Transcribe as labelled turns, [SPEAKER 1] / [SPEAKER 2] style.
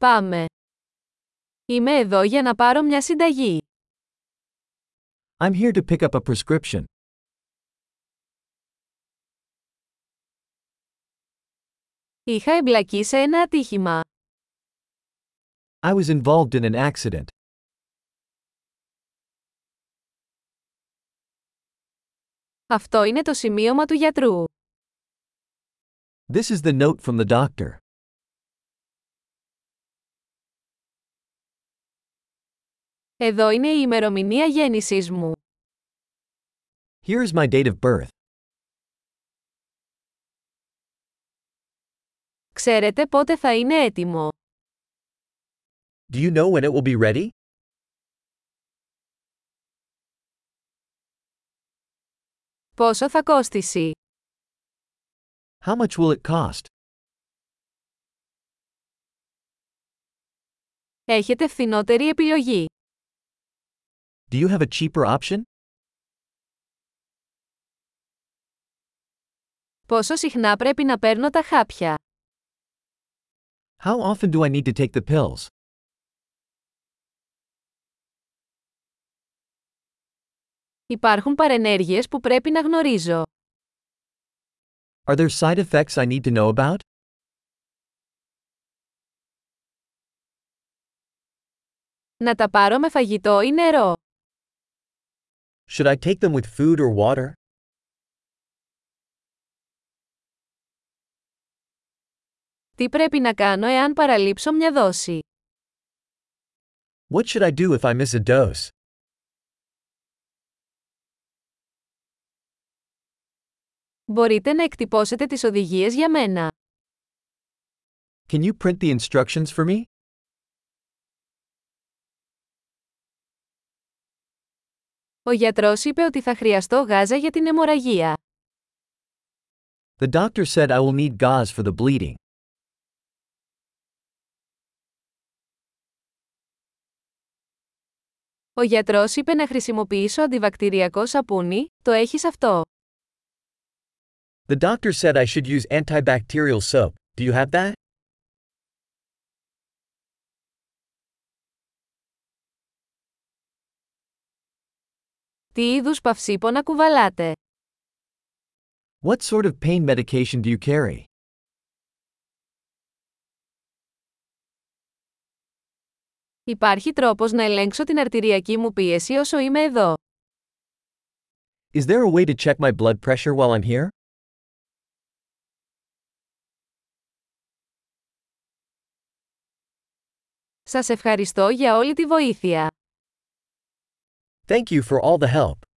[SPEAKER 1] Πάμε. Είμαι εδώ για να πάρω μια συνταγή.
[SPEAKER 2] I'm here to pick up a prescription.
[SPEAKER 1] Είχα εμπλακεί σε ένα ατύχημα.
[SPEAKER 2] I was involved in an accident.
[SPEAKER 1] Αυτό είναι το σημείωμα του γιατρού.
[SPEAKER 2] This is the note from the doctor.
[SPEAKER 1] Εδώ είναι η ημερομηνία γέννησής μου.
[SPEAKER 2] Here is my date of birth.
[SPEAKER 1] Ξέρετε πότε θα είναι έτοιμο.
[SPEAKER 2] Do you know when it will be ready?
[SPEAKER 1] Πόσο θα κόστησει.
[SPEAKER 2] How much will it cost?
[SPEAKER 1] Έχετε φθηνότερη επιλογή.
[SPEAKER 2] Do you have a cheaper option?
[SPEAKER 1] Πόσο συχνά πρέπει να παίρνω τα χάπια.
[SPEAKER 2] How often do I need to take the pills?
[SPEAKER 1] Υπάρχουν παρενέργειες που πρέπει να γνωρίζω.
[SPEAKER 2] Are there side effects I need to know about?
[SPEAKER 1] Να τα πάρω με φαγητό ή νερό.
[SPEAKER 2] Should I take them with food or water?
[SPEAKER 1] Τι πρέπει να κάνω εάν παραλείψω μια δόση.
[SPEAKER 2] What should I do if I miss a dose?
[SPEAKER 1] Μπορείτε να εκτυπώσετε τις οδηγίες για μένα.
[SPEAKER 2] Can you print the instructions for me?
[SPEAKER 1] Ο γιατρός είπε ότι θα χρειαστώ γάζα για την αιμορραγία.
[SPEAKER 2] The doctor said I will need gauze for the bleeding.
[SPEAKER 1] Ο γιατρός είπε να χρησιμοποιήσω αντιβακτηριακό σαπούνι, το έχεις αυτό.
[SPEAKER 2] The doctor said I should use antibacterial soap. Do you have that?
[SPEAKER 1] Τι είδους παυσίπονα κουβαλάτε.
[SPEAKER 2] What sort of pain medication do you carry?
[SPEAKER 1] Υπάρχει τρόπος να ελέγξω την αρτηριακή μου πίεση όσο είμαι εδώ.
[SPEAKER 2] Is there a way to check my blood pressure while I'm here?
[SPEAKER 1] Σας ευχαριστώ για όλη τη βοήθεια.
[SPEAKER 2] Thank you for all the help.